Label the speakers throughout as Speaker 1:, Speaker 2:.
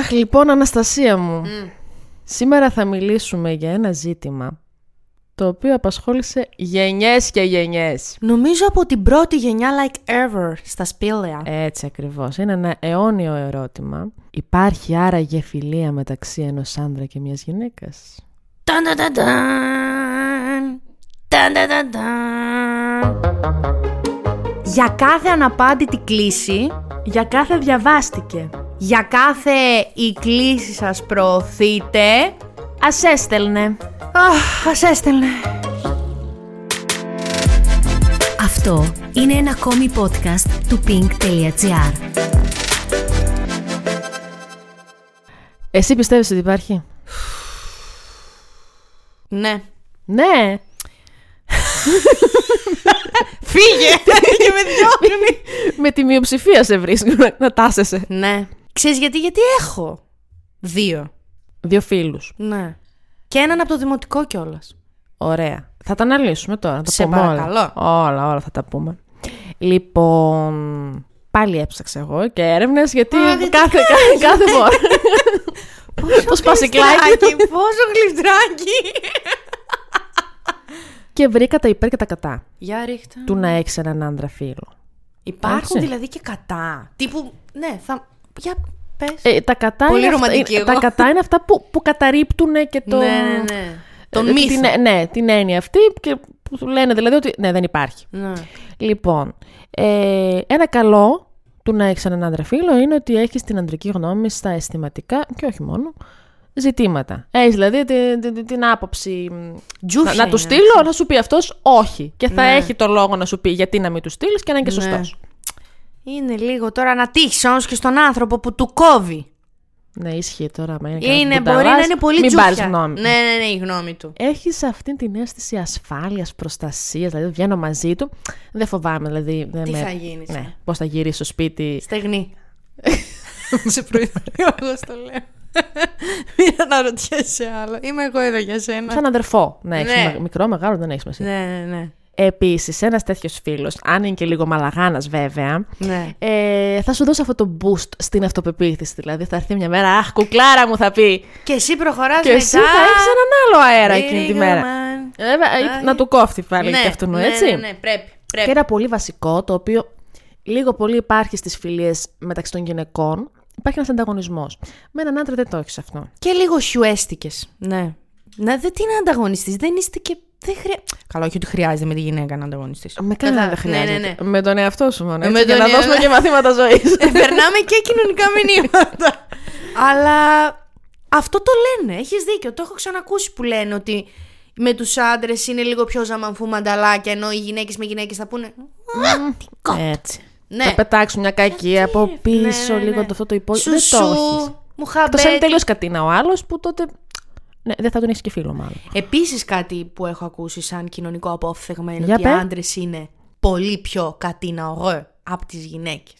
Speaker 1: Αχ, λοιπόν, Αναστασία μου.
Speaker 2: Μμμ.
Speaker 1: Σήμερα θα μιλήσουμε για ένα ζήτημα το οποίο απασχόλησε γενιές και γενιές.
Speaker 2: Νομίζω από την πρώτη γενιά like ever στα σπήλαια.
Speaker 1: Έτσι ακριβώς. Είναι ένα αιώνιο ερώτημα. Υπάρχει άραγε φιλία μεταξύ ενός άντρα και μιας γυναίκας.
Speaker 2: Ταν ταν ταν ταν. Ταν ταν ταν ταν. Για κάθε αναπάντητη κλίση,
Speaker 1: Για κάθε διαβάστηκε.
Speaker 2: για κάθε η κλίση σας προωθείτε,
Speaker 1: Ας έστελνε.
Speaker 2: αχ, ας έστελνε.
Speaker 3: Αυτό είναι ένα ακόμη podcast του pink.gr.
Speaker 1: Εσύ πιστεύεις ότι υπάρχει.
Speaker 2: Ναι.
Speaker 1: Ναι.
Speaker 2: Φύγε! Και με δυο.
Speaker 1: Με τη μειοψηφία σε βρίσκω να- να τάσεσαι.
Speaker 2: Ναι. Ξέρεις γιατί, γιατί έχω δύο.
Speaker 1: Δύο φίλους.
Speaker 2: Ναι. Και έναν από το δημοτικό κιόλας.
Speaker 1: Ωραία. Θα τα αναλύσουμε τώρα. Θα τα
Speaker 2: Σε
Speaker 1: πούμε
Speaker 2: παρακαλώ.
Speaker 1: Όλα. όλα, όλα θα τα πούμε. Λοιπόν, πάλι έψαξα εγώ και έρευνες γιατί
Speaker 2: Α,
Speaker 1: κάθε,
Speaker 2: δεν
Speaker 1: κάθε, κάθε φορά. το σπασικλάκι.
Speaker 2: Γλιστράκι, πόσο γλιστράκι!
Speaker 1: και βρήκα τα υπέρ και τα κατά
Speaker 2: Για ρίχτα.
Speaker 1: του να έχεις έναν άντρα φίλο.
Speaker 2: Υπάρχουν
Speaker 1: Εντάξει.
Speaker 2: δηλαδή και κατά. Τύπου, ναι, θα. Για πες.
Speaker 1: Ε, τα κατά
Speaker 2: Πολύ
Speaker 1: είναι αυτά-
Speaker 2: ρομαντική
Speaker 1: είναι-
Speaker 2: εγώ.
Speaker 1: τα κατά είναι αυτά που, που καταρρύπτουν και το.
Speaker 2: ναι.
Speaker 1: ε,
Speaker 2: Τον μύθο.
Speaker 1: Την, ναι, την έννοια αυτή και που του λένε δηλαδή ότι ναι, δεν υπάρχει.
Speaker 2: Ναι.
Speaker 1: Λοιπόν, ε, ένα καλό του να έχεις έναν άντρα φίλο είναι ότι έχεις την αντρική γνώμη στα αισθηματικά και όχι μόνο ζητήματα. Έχεις δηλαδή την, την, την άποψη. μ, Να,
Speaker 2: Τζούφια
Speaker 1: να του
Speaker 2: είναι.
Speaker 1: στείλω, να σου πει αυτός όχι. Και θα
Speaker 2: Ναι.
Speaker 1: έχει το λόγο να σου πει γιατί να μην του στείλεις και να είναι και
Speaker 2: Ναι.
Speaker 1: σωστός.
Speaker 2: Είναι λίγο τώρα να τύχεις όμως και στον άνθρωπο που του κόβει.
Speaker 1: Ναι. ισχύει τώρα. μα Είναι,
Speaker 2: Είναι,
Speaker 1: κανένας
Speaker 2: μπορεί να
Speaker 1: μπουταλάς,
Speaker 2: είναι πολύ
Speaker 1: Μην
Speaker 2: τζούφια.
Speaker 1: πάρεις γνώμη.
Speaker 2: Ναι, ναι, ναι, η γνώμη του.
Speaker 1: Έχεις αυτή την αίσθηση ασφάλειας, προστασίας. Δηλαδή, βγαίνω μαζί του. Δεν φοβάμαι, δηλαδή. Δεν
Speaker 2: Τι
Speaker 1: με...
Speaker 2: θα γίνεις,
Speaker 1: Ναι.
Speaker 2: ε?
Speaker 1: Πώς θα γυρίσει στο σπίτι.
Speaker 2: Στεγνή. Σε προειδοποιώ, εγώ στο λέω. Μην αναρωτιέσαι άλλο. Είμαι εγώ εδώ για σένα.
Speaker 1: Σαν αδερφό να έχεις.
Speaker 2: Ναι.
Speaker 1: Μικρό, μεγάλο, δεν έχεις σημασία.
Speaker 2: Ναι, ναι, ναι.
Speaker 1: Επίσης, ένας τέτοιος φίλος, αν είναι και λίγο μαλαγάνας βέβαια,
Speaker 2: ναι.
Speaker 1: ε, θα σου δώσει αυτό το boost στην αυτοπεποίθηση. Δηλαδή, θα έρθει μια μέρα, Αχ, κουκλάρα μου θα πει.
Speaker 2: Και εσύ προχωράς
Speaker 1: Και εσύ θα
Speaker 2: μετά.
Speaker 1: έχεις έναν άλλο αέρα εκείνη τη
Speaker 2: Λίγο,
Speaker 1: μέρα.
Speaker 2: man.
Speaker 1: Ε, Βέβαια, ε,
Speaker 2: Άχι.
Speaker 1: να του κόφτει πάλι
Speaker 2: ναι,
Speaker 1: και αυτού,
Speaker 2: ναι,
Speaker 1: έτσι.
Speaker 2: Ναι, ναι, πρέπει. πρέπει.
Speaker 1: Και ένα πολύ βασικό, το οποίο λίγο πολύ υπάρχει στις φιλίες μεταξύ των γυναικών, υπάρχει ένας ανταγωνισμός. Με έναν άντρα δεν το έχεις αυτό.
Speaker 2: Και λίγο χιουέστηκες. Ναι. Ναι, δεν τι είναι ανταγωνιστή. Δεν είστε και. Δεν χρεια... Καλά, όχι ότι χρειάζεται με τη γυναίκα να ανταγωνιστή.
Speaker 1: Με κανέναν δεν
Speaker 2: Κατάλαβα. Ναι, ναι,
Speaker 1: χρειάζεται.
Speaker 2: ναι.
Speaker 1: Με τον εαυτό σου μόνο. έτσι,
Speaker 2: με
Speaker 1: για
Speaker 2: τον Ναι,
Speaker 1: να
Speaker 2: εαυτό-
Speaker 1: δώσουμε και μαθήματα ζωής.
Speaker 2: Περνάμε και κοινωνικά μηνύματα. Αλλά αυτό το λένε. Έχεις δίκιο. Το έχω ξανακούσει που λένε ότι με τους άντρες είναι λίγο πιο ζαμανφού μανταλάκια ενώ οι γυναίκες με γυναίκες θα πούνε. «Α, τι κο-».
Speaker 1: έτσι. Θα
Speaker 2: Ναι.
Speaker 1: πετάξουν μια κακία από πίσω,
Speaker 2: Ναι, ναι,
Speaker 1: λίγο
Speaker 2: ναι.
Speaker 1: το αυτό το υπόλοιπο. Δεν
Speaker 2: Σουσού,
Speaker 1: το έχεις.
Speaker 2: μου
Speaker 1: Εκτός αν είναι
Speaker 2: χαμπέτι.
Speaker 1: τελείω κατίνα ο άλλος που τότε. Ναι, δεν θα τον έχει και φίλο μάλλον.
Speaker 2: Επίσης, κάτι που έχω ακούσει σαν κοινωνικό απόφθεγμα είναι
Speaker 1: Για
Speaker 2: ότι
Speaker 1: πες.
Speaker 2: οι άντρες είναι πολύ πιο κατίναογέ από τις γυναίκες.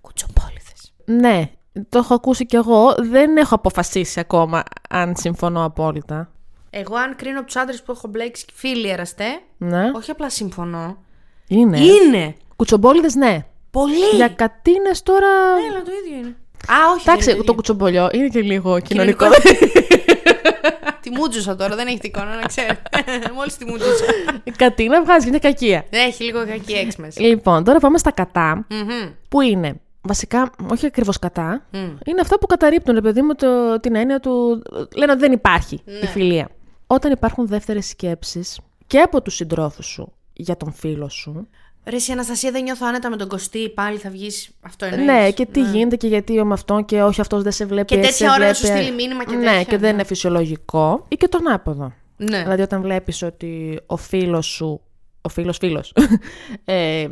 Speaker 2: Κουτσοπόληθε.
Speaker 1: Ναι, το έχω ακούσει κι εγώ. Δεν έχω αποφασίσει ακόμα αν συμφωνώ απόλυτα.
Speaker 2: Εγώ, αν κρίνω από τους άντρες που έχω μπλέξει φίλοι εραστέ,
Speaker 1: Ναι,
Speaker 2: όχι απλά συμφωνώ. Ε.
Speaker 1: είναι.
Speaker 2: Είναι
Speaker 1: Κουτσομπόλιδες, ναι.
Speaker 2: πολύ.
Speaker 1: Για κατίνες τώρα.
Speaker 2: Έλα, το ίδιο είναι. Α, όχι. δεν
Speaker 1: Εντάξει,
Speaker 2: είναι
Speaker 1: το
Speaker 2: ίδιο.
Speaker 1: κουτσομπολιό είναι και λίγο κοινωνικό.
Speaker 2: τη μούτζουσα τώρα, δεν έχει εικόνα να ξέρει. Μόλις τη μούτζουσα.
Speaker 1: Κατίνα βγάζει, είναι κακία.
Speaker 2: Δεν έχει λίγο κακή έξμεση.
Speaker 1: Λοιπόν, τώρα πάμε στα κατά.
Speaker 2: Μμμ.
Speaker 1: Που είναι βασικά, όχι ακριβώς κατά,
Speaker 2: Μμ.
Speaker 1: είναι αυτά που καταρρύπτουν, ρε παιδί μου, το, την έννοια του. Λένε ότι δεν υπάρχει
Speaker 2: Ναι.
Speaker 1: η φιλία. Όταν υπάρχουν δεύτερες σκέψεις και από τους συντρόφους σου για τον φίλο σου.
Speaker 2: Ρε, η Αναστασία δεν νιώθω άνετα με τον Κωστή, πάλι θα βγεις. Αυτό εννοείς.
Speaker 1: Ναι, και τι γίνεται και γιατί με αυτόν και όχι αυτός δεν σε βλέπει.
Speaker 2: Και
Speaker 1: έτσι
Speaker 2: τέτοια
Speaker 1: σε
Speaker 2: ώρα να σου
Speaker 1: βλέπει.
Speaker 2: στείλει μήνυμα και
Speaker 1: Ναι,
Speaker 2: τέτοια,
Speaker 1: και δεν
Speaker 2: ναι.
Speaker 1: είναι φυσιολογικό. Ή και τον άποδο.
Speaker 2: Ναι.
Speaker 1: Δηλαδή, όταν βλέπεις ότι ο φίλος σου. Ο φίλος φίλος. ε,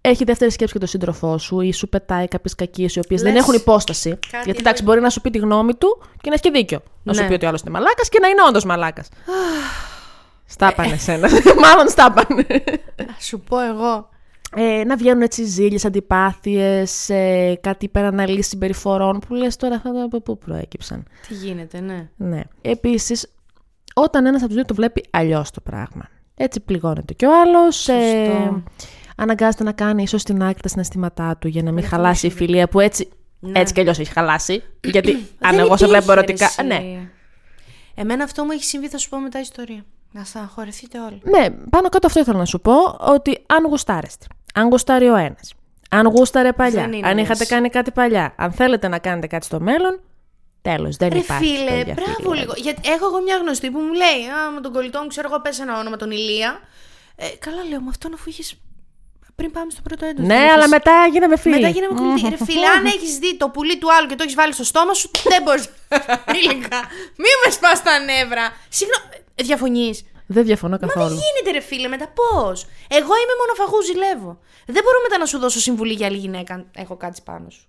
Speaker 1: έχει δεύτερη σκέψη και τον σύντροφό σου ή σου πετάει κάποιες κακίες οι οποίες δεν
Speaker 2: Λες,
Speaker 1: έχουν υπόσταση.
Speaker 2: κάτι
Speaker 1: Γιατί εντάξει,
Speaker 2: δεν-
Speaker 1: μπορεί να σου πει τη γνώμη του και να έχει και δίκιο. Να σου
Speaker 2: Ναι.
Speaker 1: πει ότι ο άλλος είναι μαλάκας και να είναι όντως μαλάκας. Στάπανε σένα. Μάλλον στάπανε.
Speaker 2: Να σου πω εγώ.
Speaker 1: Ε, να βγαίνουν έτσι ζήλιες, αντιπάθειες, ε, κάτι υπεραναλύσει συμπεριφορών που λες τώρα αυτά τα από πού προέκυψαν.
Speaker 2: Τι γίνεται, ναι.
Speaker 1: Ναι. Επίσης, όταν ένας από τους δύο το βλέπει αλλιώς το πράγμα. Έτσι πληγώνεται και ο ε, άλλο. αναγκάζεται να κάνει ίσως την άκρη τα συναισθήματά του για να μην χαλάσει η φιλία που έτσι
Speaker 2: Ναι.
Speaker 1: Έτσι κι αλλιώς έχει χαλάσει. Γιατί αν
Speaker 2: Δεν
Speaker 1: εγώ σε
Speaker 2: υπήρχε,
Speaker 1: βλέπω
Speaker 2: ρε,
Speaker 1: ερωτικά.
Speaker 2: εσύ.
Speaker 1: Ναι.
Speaker 2: Εμένα αυτό μου έχει συμβεί, θα σου πω μετά ιστορία. Να στεναχωρηθείτε όλοι.
Speaker 1: Ναι, πάνω κάτω αυτό ήθελα να σου πω, ότι αν γουστάρεστε, αν γουστάρει ο ένας, αν γούσταρε παλιά,
Speaker 2: Δεν είναι
Speaker 1: αν είχατε
Speaker 2: έτσι.
Speaker 1: κάνει κάτι παλιά, αν θέλετε να κάνετε κάτι στο μέλλον, τέλος, δεν
Speaker 2: Ρε
Speaker 1: υπάρχει.
Speaker 2: φίλε,
Speaker 1: παιδιά,
Speaker 2: μπράβο
Speaker 1: φίλε.
Speaker 2: λίγο. Γιατί έχω εγώ μια γνωστή που μου λέει Α, με τον κολλητό μου ξέρω εγώ πες ένα όνομα, τον Ηλία. Ε, καλά λέω, με αυτόν αφού είχες. πριν πάμε στο πρώτο έντονο.
Speaker 1: Ναι, αλλά μετά γίναμε φίλοι.
Speaker 2: Μετά γίναμε κολλητοί. Ρε φίλε, αν έχεις δει το πουλί του άλλου και το έχεις βάλει στο στόμα σου, δεν μπορείς. Ήλικα. Μη με σπάς τα νεύρα. ε, Συγγνώμη. Διαφωνείς.
Speaker 1: Δεν διαφωνώ
Speaker 2: Μα δεν
Speaker 1: καθόλου.
Speaker 2: γίνεται, ρε φίλε, μετά πώς. Εγώ είμαι μονοφαγού, ζηλεύω. Δεν μπορώ μετά να σου δώσω συμβουλή για άλλη γυναίκα. αν Έχω κάτι πάνω σου.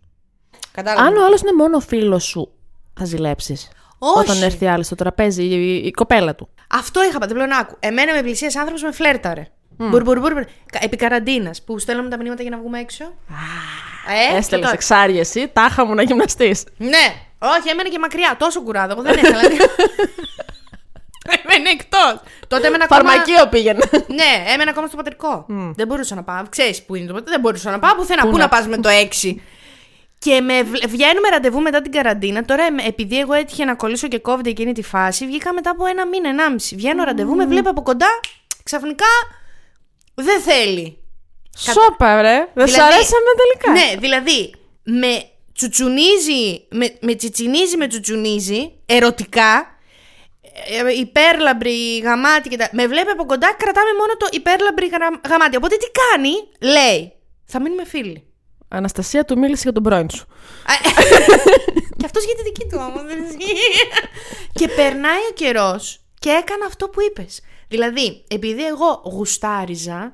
Speaker 2: Κατάλαβα.
Speaker 1: Αν ο άλλος είναι μόνο φίλος σου, θα ζηλέψεις.
Speaker 2: Όχι.
Speaker 1: Όταν έρθει άλλη στο τραπέζι, η, η- η κοπέλα του.
Speaker 2: Αυτό είχα πει, δεν πλέον άκου. Εμένα με πλησίασε άνθρωπος με φλέρταρε. Μπουρ, μπουρ, μπουρ, μπουρ. Κα- Επί καραντίνας, που στέλναμε τα μηνύματα για να βγούμε έξω. Ε,
Speaker 1: Έστελνε
Speaker 2: και τώρα-
Speaker 1: εξάρι εσύ, τάχα μου να γυμναστείς.
Speaker 2: Ναι. Όχι, εμένα και μακριά. Τόσο κουράδο. Εγώ δεν ήθελα. Έμενε εκτό. Τότε έμενα ακόμα.
Speaker 1: Φαρμακείο πήγαινε.
Speaker 2: Ναι, έμενα ακόμα στο πατρικό. Δεν μπορούσα να πάω. Ξέρεις που είναι το πατρικό. Δεν μπορούσα να πάω πουθενά. Πού, να, πας με το 6. Και με βλε- βγαίνουμε ραντεβού μετά την καραντίνα. Τώρα, εμ- επειδή εγώ έτυχε να κολλήσω και COVID εκείνη τη φάση, βγήκα μετά από ένα μήνα, ενάμιση. Βγαίνω ραντεβού, με βλέπει από κοντά, ξαφνικά δεν θέλει.
Speaker 1: Σόπα, ρε. Δεν σ'
Speaker 2: Δηλαδή-
Speaker 1: αρέσαμε τελικά.
Speaker 2: Ναι, δηλαδή με τσουτσουνίζει, με, με τσιτσινίζει, με τσουτσουνίζει, ερωτικά, ε, υπέρλαμπρη γαμάτι και τα... Με βλέπει από κοντά, κρατάμε μόνο το υπέρλαμπρη γρα- γαμάτι. Οπότε τι κάνει, λέει, θα μείνουμε φίλοι.
Speaker 1: Αναστασία του μίλησε για τον πρώην σου.
Speaker 2: Α, ε, και αυτός για τη δική του όμως. δεν ισχύει. και περνάει ο καιρός και έκανα αυτό που είπες. Δηλαδή, επειδή εγώ γουστάριζα,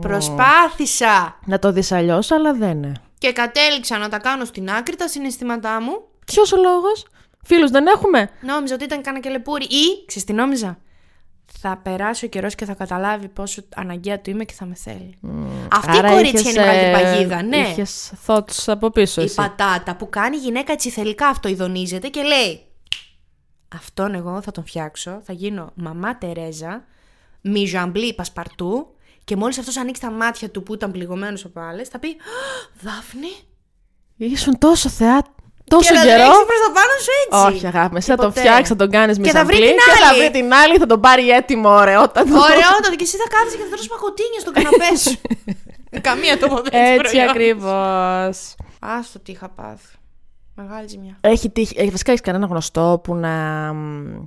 Speaker 2: προσπάθησα
Speaker 1: Να το δεις αλλιώς, αλλά δεν είναι.
Speaker 2: και κατέληξα να τα κάνω στην άκρη τα συναισθήματά μου
Speaker 1: Ποιος ο λόγος. Φίλους δεν έχουμε.
Speaker 2: Νόμιζα ότι ήταν κανένα κελεπούρι ή, ξέρεις τι νόμιζα, θα περάσει ο καιρός και θα καταλάβει πόσο αναγκαία του είμαι και θα με θέλει. Αυτή η κορίτσια είναι η μεγάλη παγίδα, ναι.
Speaker 1: Είχες thoughts από πίσω.
Speaker 2: Η
Speaker 1: ε, εσύ.
Speaker 2: πατάτα που κάνει η γυναίκα έτσι θελικά αυτοειδονίζεται και λέει Αυτόν εγώ θα τον φτιάξω, θα γίνω μαμά Τερέζα, μη ζαμπλή πασπαρτού και μόλις αυτός ανοίξει τα μάτια του που ήταν πληγωμένος από άλλες θα πει «Α, Δάφνη
Speaker 1: Ήσουν τόσο θεά. Τόσο
Speaker 2: και θα
Speaker 1: καιρό.
Speaker 2: τρέξεις προς τα πάνω σου έτσι.
Speaker 1: Όχι, αγάπη, εσύ θα τον
Speaker 2: ποτέ.
Speaker 1: φτιάξεις, θα τον κάνεις
Speaker 2: Και θα βρει
Speaker 1: μισαμπλή
Speaker 2: την
Speaker 1: και θα
Speaker 2: άλλη.
Speaker 1: βρει την άλλη, θα τον πάρει έτοιμο, ωραίο. Όταν θα το-
Speaker 2: Ωραίο τότε και εσύ θα κάθεσαι και θα τρως πακοτίνια στον καναπέ σου. Καμία τοποθέτηση
Speaker 1: Έτσι ακριβώς.
Speaker 2: Άστο τι είχα πάθει. Μεγάλη ζημιά.
Speaker 1: Έχει τύχει. ε, Βασικά, έχεις κανένα γνωστό που να. μ,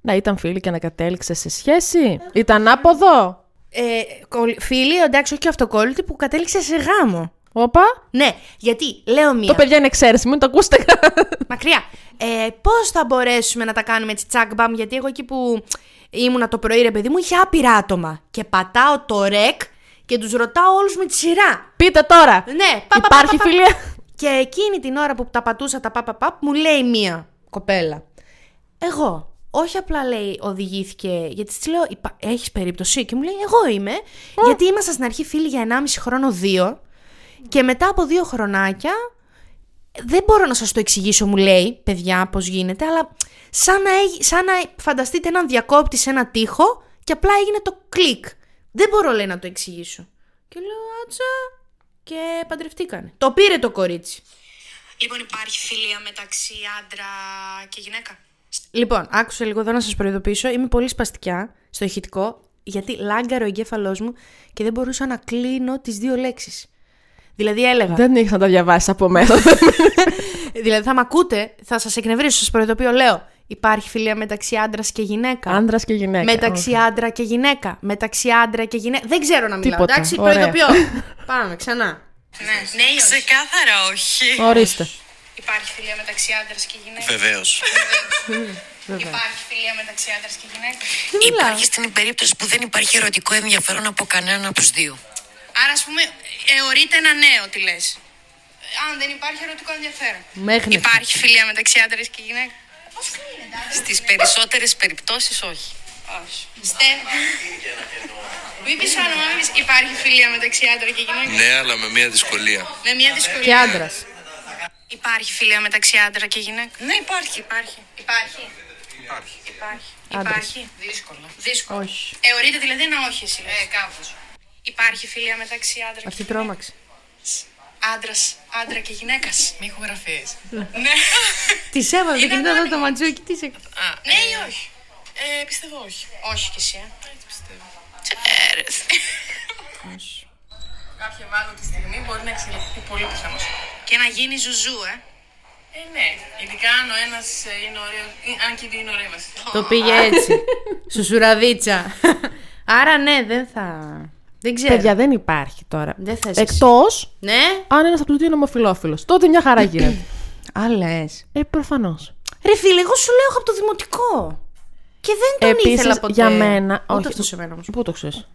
Speaker 1: να ήταν φίλη και να κατέληξε σε σχέση. Ήταν άποδο.
Speaker 2: Ε, κολλ- φίλοι, εντάξει, όχι και αυτοκόλλητη που κατέληξε σε γάμο.
Speaker 1: Όπα.
Speaker 2: Ναι, γιατί λέω μία.
Speaker 1: Το παιδιά είναι εξαίρεση, μην το ακούσετε.
Speaker 2: Μακριά. Ε, Πώς θα μπορέσουμε να τα κάνουμε έτσι τσακ μπαμ, γιατί εγώ εκεί που ήμουνα το πρωί, ρε παιδί μου, είχε άπειρα άτομα. Και πατάω το ρεκ και τους ρωτάω όλους με τη σειρά.
Speaker 1: Πείτε τώρα.
Speaker 2: Ναι, πα, πα, πα,
Speaker 1: Υπάρχει
Speaker 2: πα, πα.
Speaker 1: φιλία.
Speaker 2: Και εκείνη την ώρα που τα πατούσα τα παπαπαπ, μου λέει μία κοπέλα. Εγώ. Όχι απλά λέει οδηγήθηκε, γιατί της λέω, έχεις περίπτωση. Και μου λέει, Εγώ είμαι. Γιατί ήμασταν στην αρχή φίλοι για 1,5 χρόνο, 2. Και μετά από 2 χρονάκια, δεν μπορώ να σας το εξηγήσω, μου λέει, παιδιά, πώς γίνεται, αλλά σαν να, έγι- σαν να φανταστείτε έναν διακόπτη σε ένα τοίχο και απλά έγινε το κλικ. Δεν μπορώ, λέει, να το εξηγήσω. Και λέω, άτσα, και παντρευτήκανε. Το πήρε το κορίτσι.
Speaker 4: Λοιπόν, υπάρχει φιλία μεταξύ άντρα και γυναίκα.
Speaker 2: Λοιπόν, άκουσα λίγο εδώ να σας προειδοποιήσω, είμαι πολύ σπαστικιά στο ηχητικό, γιατί λάγκαρε ο εγκέφαλός μου και δεν μπορούσα να κλείνω τις δύο λέξεις. Δηλαδή έλεγα,
Speaker 1: Δεν είχες να τα διαβάσεις από μένα.
Speaker 2: δηλαδή θα με ακούτε, θα σας εκνευρίσω, σας προειδοποιώ, λέω, υπάρχει φιλία μεταξύ άντρας και γυναίκα.
Speaker 1: Άντρας και γυναίκα.
Speaker 2: Μεταξύ άντρα και γυναίκα. Μεταξύ άντρα και γυναίκα. Δεν ξέρω να μιλάω.
Speaker 1: Τίποτα.
Speaker 2: Εντάξει,
Speaker 1: Ωραία.
Speaker 2: προειδοποιώ. Πάμε ξανά.
Speaker 4: Ναι, ή όχι. Ξεκάθαρα όχι.
Speaker 1: Ορίστε.
Speaker 4: Υπάρχει φιλία μεταξύ άντρας και γυναίκας.
Speaker 5: Βεβαίως.
Speaker 4: Υπάρχει φιλία μεταξύ άντρας και γυναίκας.
Speaker 6: Υπάρχει στην περίπτωση που δεν υπάρχει ερωτικό ενδιαφέρον από κανέναν από τους δύο.
Speaker 4: Άρα, ας πούμε, εωρείται ένα νέο, τι λες. Αν δεν υπάρχει ερωτικό ενδιαφέρον.
Speaker 1: Μέχρι.
Speaker 4: Υπάρχει φιλία μεταξύ άντρα και γυναίκας. Πώς γίνεται,
Speaker 6: Στι περισσότερες περιπτώσεις, όχι.
Speaker 4: Όχι. Στέφ. Μην πεις όνομα, μην πεις. Υπάρχει φιλία μεταξύ άντρα και γυναίκας.
Speaker 5: Ναι, αλλά με μια δυσκολία.
Speaker 4: Με μια δυσκολία.
Speaker 2: Και άντρας.
Speaker 4: Υπάρχει φιλία μεταξύ άντρα και γυναίκας. Ναι, υπάρχει. Υπάρχει. Υπάρχει. Υπάρχει. Υπάρχει. Δύσκολα. Δύσκολα.
Speaker 2: Όχι.
Speaker 4: Εωρείτε δηλαδή ένα όχι εσύ. Ε, κάπως. Υπάρχει φιλία μεταξύ άντρα
Speaker 2: Αυτή
Speaker 4: και γυναίκας.
Speaker 2: τρόμαξε.
Speaker 4: άντρας, άντρα και γυναίκας.
Speaker 5: Μη ηχογραφείς.
Speaker 4: ναι.
Speaker 2: Τη έβαλε το
Speaker 4: Είναι
Speaker 2: κινητό εδώ
Speaker 4: ανώνυμη.
Speaker 2: το ματζούκι, τι σε.
Speaker 5: Α,
Speaker 4: ναι ή όχι.
Speaker 5: ε, πιστεύω όχι.
Speaker 4: Όχι κι εσύ, ε.
Speaker 5: Έτσι πιστεύω.
Speaker 4: Ξέρεις.
Speaker 5: Κάποια ευάλωτη στιγμή μπορεί να εξελιχθεί πολύ πιθανώς.
Speaker 4: και να γίνει ζουζού, ε.
Speaker 5: Ε, ναι. Ειδικά αν ο ένας ε, είναι ωραίος, ή αν και είναι ωραίος.
Speaker 2: Το πήγε έτσι. Σουσουραδίτσα. Άρα ναι, δεν θα. Δεν ξέρω.
Speaker 1: Παιδιά, δεν υπάρχει τώρα.
Speaker 2: Δεν θες εσύ.
Speaker 1: Εκτός
Speaker 2: Ναι.
Speaker 1: αν ένας από τους δύο είναι ομοφυλόφιλος. Τότε μια χαρά γίνεται.
Speaker 2: Άλλε.
Speaker 1: ε, προφανώς.
Speaker 2: Ρε φίλε, εγώ σου λέω έχω από το δημοτικό. Και δεν τον ήθελα ποτέ.
Speaker 1: για μένα.
Speaker 2: Ούτε
Speaker 1: όχι,
Speaker 2: αυτό σε μένα όμως.
Speaker 1: Πού το ξέρεις. Ότι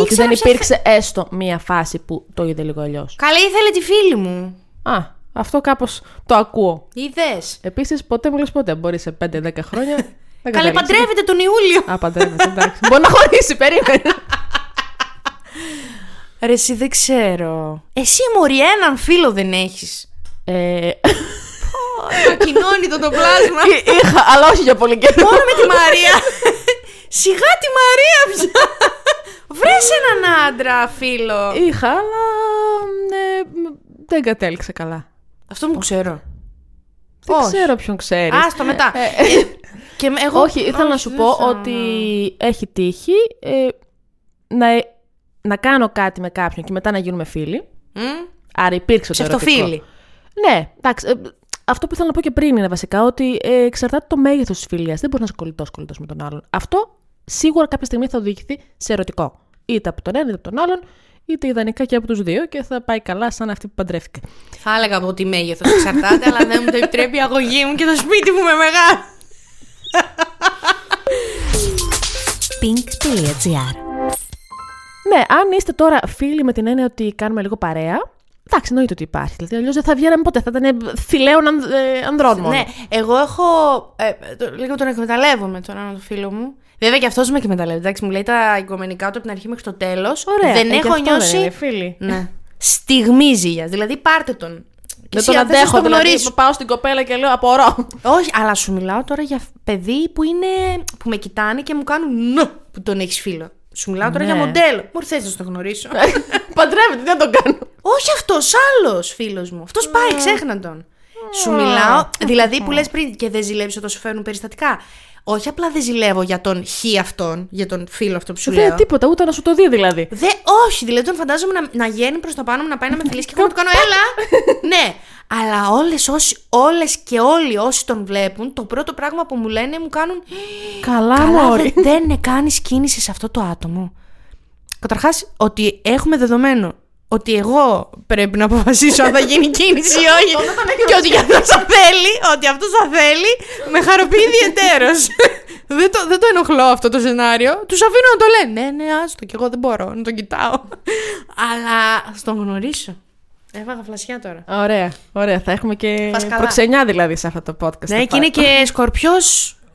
Speaker 2: Ήξερα
Speaker 1: δεν
Speaker 2: ποια θε-
Speaker 1: υπήρξε έστω μία φάση που το είδε λίγο αλλιώς.
Speaker 2: Καλά, ήθελε τη φίλη μου.
Speaker 1: Α, αυτό κάπως το ακούω.
Speaker 2: Είδες.
Speaker 1: Επίσης, ποτέ μου λες ποτέ. Μπορεί σε 5-10 χρόνια. να
Speaker 2: Καλά,
Speaker 1: καταλήξεις.
Speaker 2: παντρεύεται τον Ιούλιο.
Speaker 1: Α, παντρεύεται, εντάξει. Μπορεί να χωρίσει, περίμενε.
Speaker 2: Ρε, εσύ δεν ξέρω. Εσύ, Μωρή, έναν φίλο δεν έχεις.
Speaker 1: Ε,
Speaker 2: το κοινώνει το, το πλάσμα.
Speaker 1: Είχα, αλλά όχι για πολύ καιρό.
Speaker 2: Μόνο με τη Μαρία. Σιγά τη Μαρία πια. Βρες έναν άντρα, φίλο.
Speaker 1: Είχα, αλλά ε, μ, δεν κατέληξε καλά.
Speaker 2: Αυτό μου ξέρω.
Speaker 1: Δεν
Speaker 2: Όχι.
Speaker 1: ξέρω ποιον ξέρεις.
Speaker 2: Άστο μετά. Ε, και με- εγώ...
Speaker 1: Όχι, ήθελα να σου
Speaker 2: δεν ναι.
Speaker 1: πω
Speaker 2: θα-
Speaker 1: ότι έχει τύχει ε, να, ε, να κάνω κάτι με κάποιον και μετά να γίνουμε φίλοι.
Speaker 2: Μμ,
Speaker 1: Άρα υπήρξε το ερωτικό.
Speaker 2: Ψευτοφίλη.
Speaker 1: Ναι, εντάξει. ε, αυτό που ήθελα να πω και πριν είναι βασικά ότι ε, εξαρτάται το μέγεθος της φιλίας. Δεν μπορείς να είσαι κολλητός κολλητός με τον άλλον. Αυτό σίγουρα κάποια στιγμή θα οδηγηθεί σε ερωτικό. Είτε από τον ένα είτε από τον άλλον, είτε ιδανικά και από τους δύο και θα πάει καλά σαν αυτή που παντρεύτηκε.
Speaker 2: Θα έλεγα από τι μέγεθος εξαρτάται, αλλά δεν μου το επιτρέπει η αγωγή μου και το σπίτι μου με μεγάλο.
Speaker 3: pink.gr
Speaker 1: Ναι, αν είστε τώρα φίλοι με την έννοια ότι κάνουμε λίγο παρέα. Εντάξει, εννοείται ότι υπάρχει. Δηλαδή, αλλιώς δεν θα βγαίναμε ποτέ. Θα ήταν φιλέων ανδ- ε, ανδρών μόνο.
Speaker 2: Ναι, εγώ έχω. Ε, το- λίγο τον εκμεταλλεύομαι τον έναν το φίλο μου. Βέβαια και αυτός με εκμεταλλεύεται. Εντάξει, μου λέει τα οικομενικά του από την αρχή μέχρι το τέλος.
Speaker 1: Ωραία.
Speaker 2: Δεν
Speaker 1: ε, γι'
Speaker 2: έχω
Speaker 1: αυτό
Speaker 2: νιώσει.
Speaker 1: Δεν είναι, φίλοι.
Speaker 2: Ναι. Στιγμή ζήλια. Δηλαδή πάρτε τον. Και
Speaker 1: Δεν
Speaker 2: εσύ,
Speaker 1: τον
Speaker 2: αν θες, ας
Speaker 1: αντέχω.
Speaker 2: τον
Speaker 1: Δηλαδή,
Speaker 2: γνωρίσω.
Speaker 1: πάω στην κοπέλα και λέω απορώ.
Speaker 2: Όχι, αλλά σου μιλάω τώρα για παιδί που είναι. που με κοιτάνε και μου κάνουν νο που τον έχεις φίλο. Σου μιλάω τώρα
Speaker 1: Ναι.
Speaker 2: για μοντέλο. Μου ήρθε να το γνωρίσω.
Speaker 1: Παντρεύεται, δεν τον κάνω.
Speaker 2: Όχι αυτός, άλλος φίλος μου. Αυτός πάει, ξέχνα τον. Σου μιλάω, δηλαδή που λες πριν και δεν ζηλεύεις όταν σου φέρνουν περιστατικά. Όχι απλά δεν ζηλεύω για τον χ αυτόν, για τον φίλο αυτό που σου
Speaker 1: Δεν
Speaker 2: λέω.
Speaker 1: τίποτα, ούτε να σου το δει δηλαδή.
Speaker 2: Δε, όχι, δηλαδή τον φαντάζομαι να, να γέννει προς τα πάνω μου, να πάει να με φιλήσει και εγώ να του κάνω έλα. ναι. Αλλά όλες όλες και όλοι όσοι τον βλέπουν, το πρώτο πράγμα που μου λένε μου κάνουν.
Speaker 1: Καλά,
Speaker 2: Καλά,
Speaker 1: μωρή.
Speaker 2: δεν, δεν κάνει κίνηση σε αυτό το άτομο. Καταρχάς, ότι έχουμε δεδομένο ότι εγώ πρέπει να αποφασίσω αν θα γίνει κίνηση ή όχι. και ότι για αυτό θα θέλει, ότι αυτό θα θέλει, με χαροποιεί ιδιαίτερο. δεν, το, δεν το ενοχλώ αυτό το σενάριο. Τους αφήνω να το λένε. Ναι, ναι, άστο, και εγώ δεν μπορώ να τον κοιτάω. Αλλά ας τον γνωρίσω. Έβαγα φλασιά τώρα.
Speaker 1: Ωραία, ωραία. Θα έχουμε και
Speaker 2: Πας καλά.
Speaker 1: προξενιά δηλαδή σε αυτό το podcast.
Speaker 2: Ναι,
Speaker 1: Θα
Speaker 2: και είναι
Speaker 1: πάρω.
Speaker 2: και σκορπιός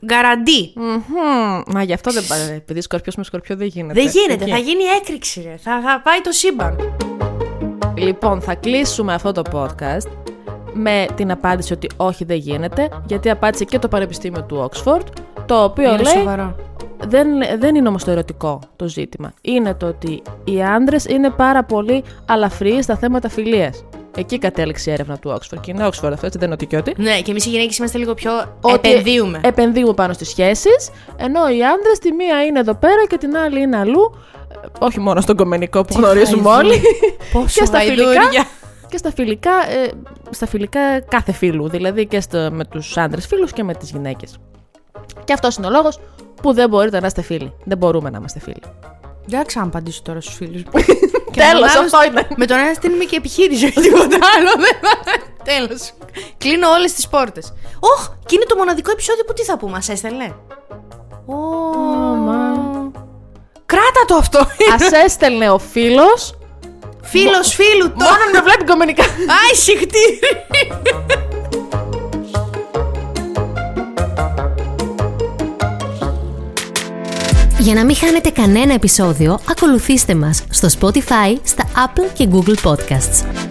Speaker 2: γκαραντί.
Speaker 1: Μμμ. Μα γι' αυτό δεν πάει. Επειδή σκορπιός με σκορπιό δεν γίνεται. Λοιπόν,
Speaker 2: Δεν γίνεται,
Speaker 1: Εκεί.
Speaker 2: θα γίνει έκρηξη. ρε. Θα, θα πάει το σύμπαν.
Speaker 1: Λοιπόν, θα κλείσουμε αυτό το podcast με την απάντηση ότι όχι δεν γίνεται, γιατί απάντησε και το Πανεπιστήμιο του Oxford, το οποίο
Speaker 2: Είναι
Speaker 1: λέει
Speaker 2: σοβαρό.
Speaker 1: δεν, δεν είναι όμως το ερωτικό το ζήτημα. Είναι το ότι οι άντρες είναι πάρα πολύ αλαφριοί στα θέματα φιλίας. Εκεί κατέληξε η έρευνα του Oxford. Και είναι Oxford αυτό, έτσι δεν είναι ότι και ότι.
Speaker 2: Ναι, και εμείς οι γυναίκες είμαστε λίγο πιο.
Speaker 1: ότι Ε,
Speaker 2: επενδύουμε.
Speaker 1: επενδύουμε πάνω στις σχέσεις, ενώ οι άντρες τη μία είναι εδώ πέρα και την άλλη είναι αλλού, ε, όχι μόνο στον κομμενικό που γνωρίζουμε όλοι,
Speaker 2: Πόσο
Speaker 1: και στα φιλικά,
Speaker 2: γαϊδούρια.
Speaker 1: και στα φιλικά, ε, στα φιλικά κάθε φίλου, δηλαδή και στο, με τους άντρες φίλους και με τις γυναίκες. Και αυτός είναι ο λόγος που δεν μπορείτε να είστε φίλοι. Δεν μπορούμε να είμαστε φίλοι.
Speaker 2: Δεν θα ξαναπαντήσω τώρα στους φίλους μου.
Speaker 1: Τέλος, αυτό ήταν.
Speaker 2: Με τον ένα στείλουμε και επιχείρηση. Τίποτα άλλο δεν θα. Τέλος. Κλείνω όλες τις πόρτες. Οχ, και είναι το μοναδικό επεισόδιο που τι θα πούμε, μας έστελνε. Ω,
Speaker 1: μα.
Speaker 2: Κράτα το αυτό.
Speaker 1: Ας έστελνε ο φίλος,
Speaker 2: Φίλος φίλου το.
Speaker 1: μόνο να βλέπει κομμενικά.
Speaker 2: Άι, συχτήρι.
Speaker 3: Για να μην χάνετε κανένα επεισόδιο, ακολουθήστε μας στο Spotify, στα Apple και Google Podcasts.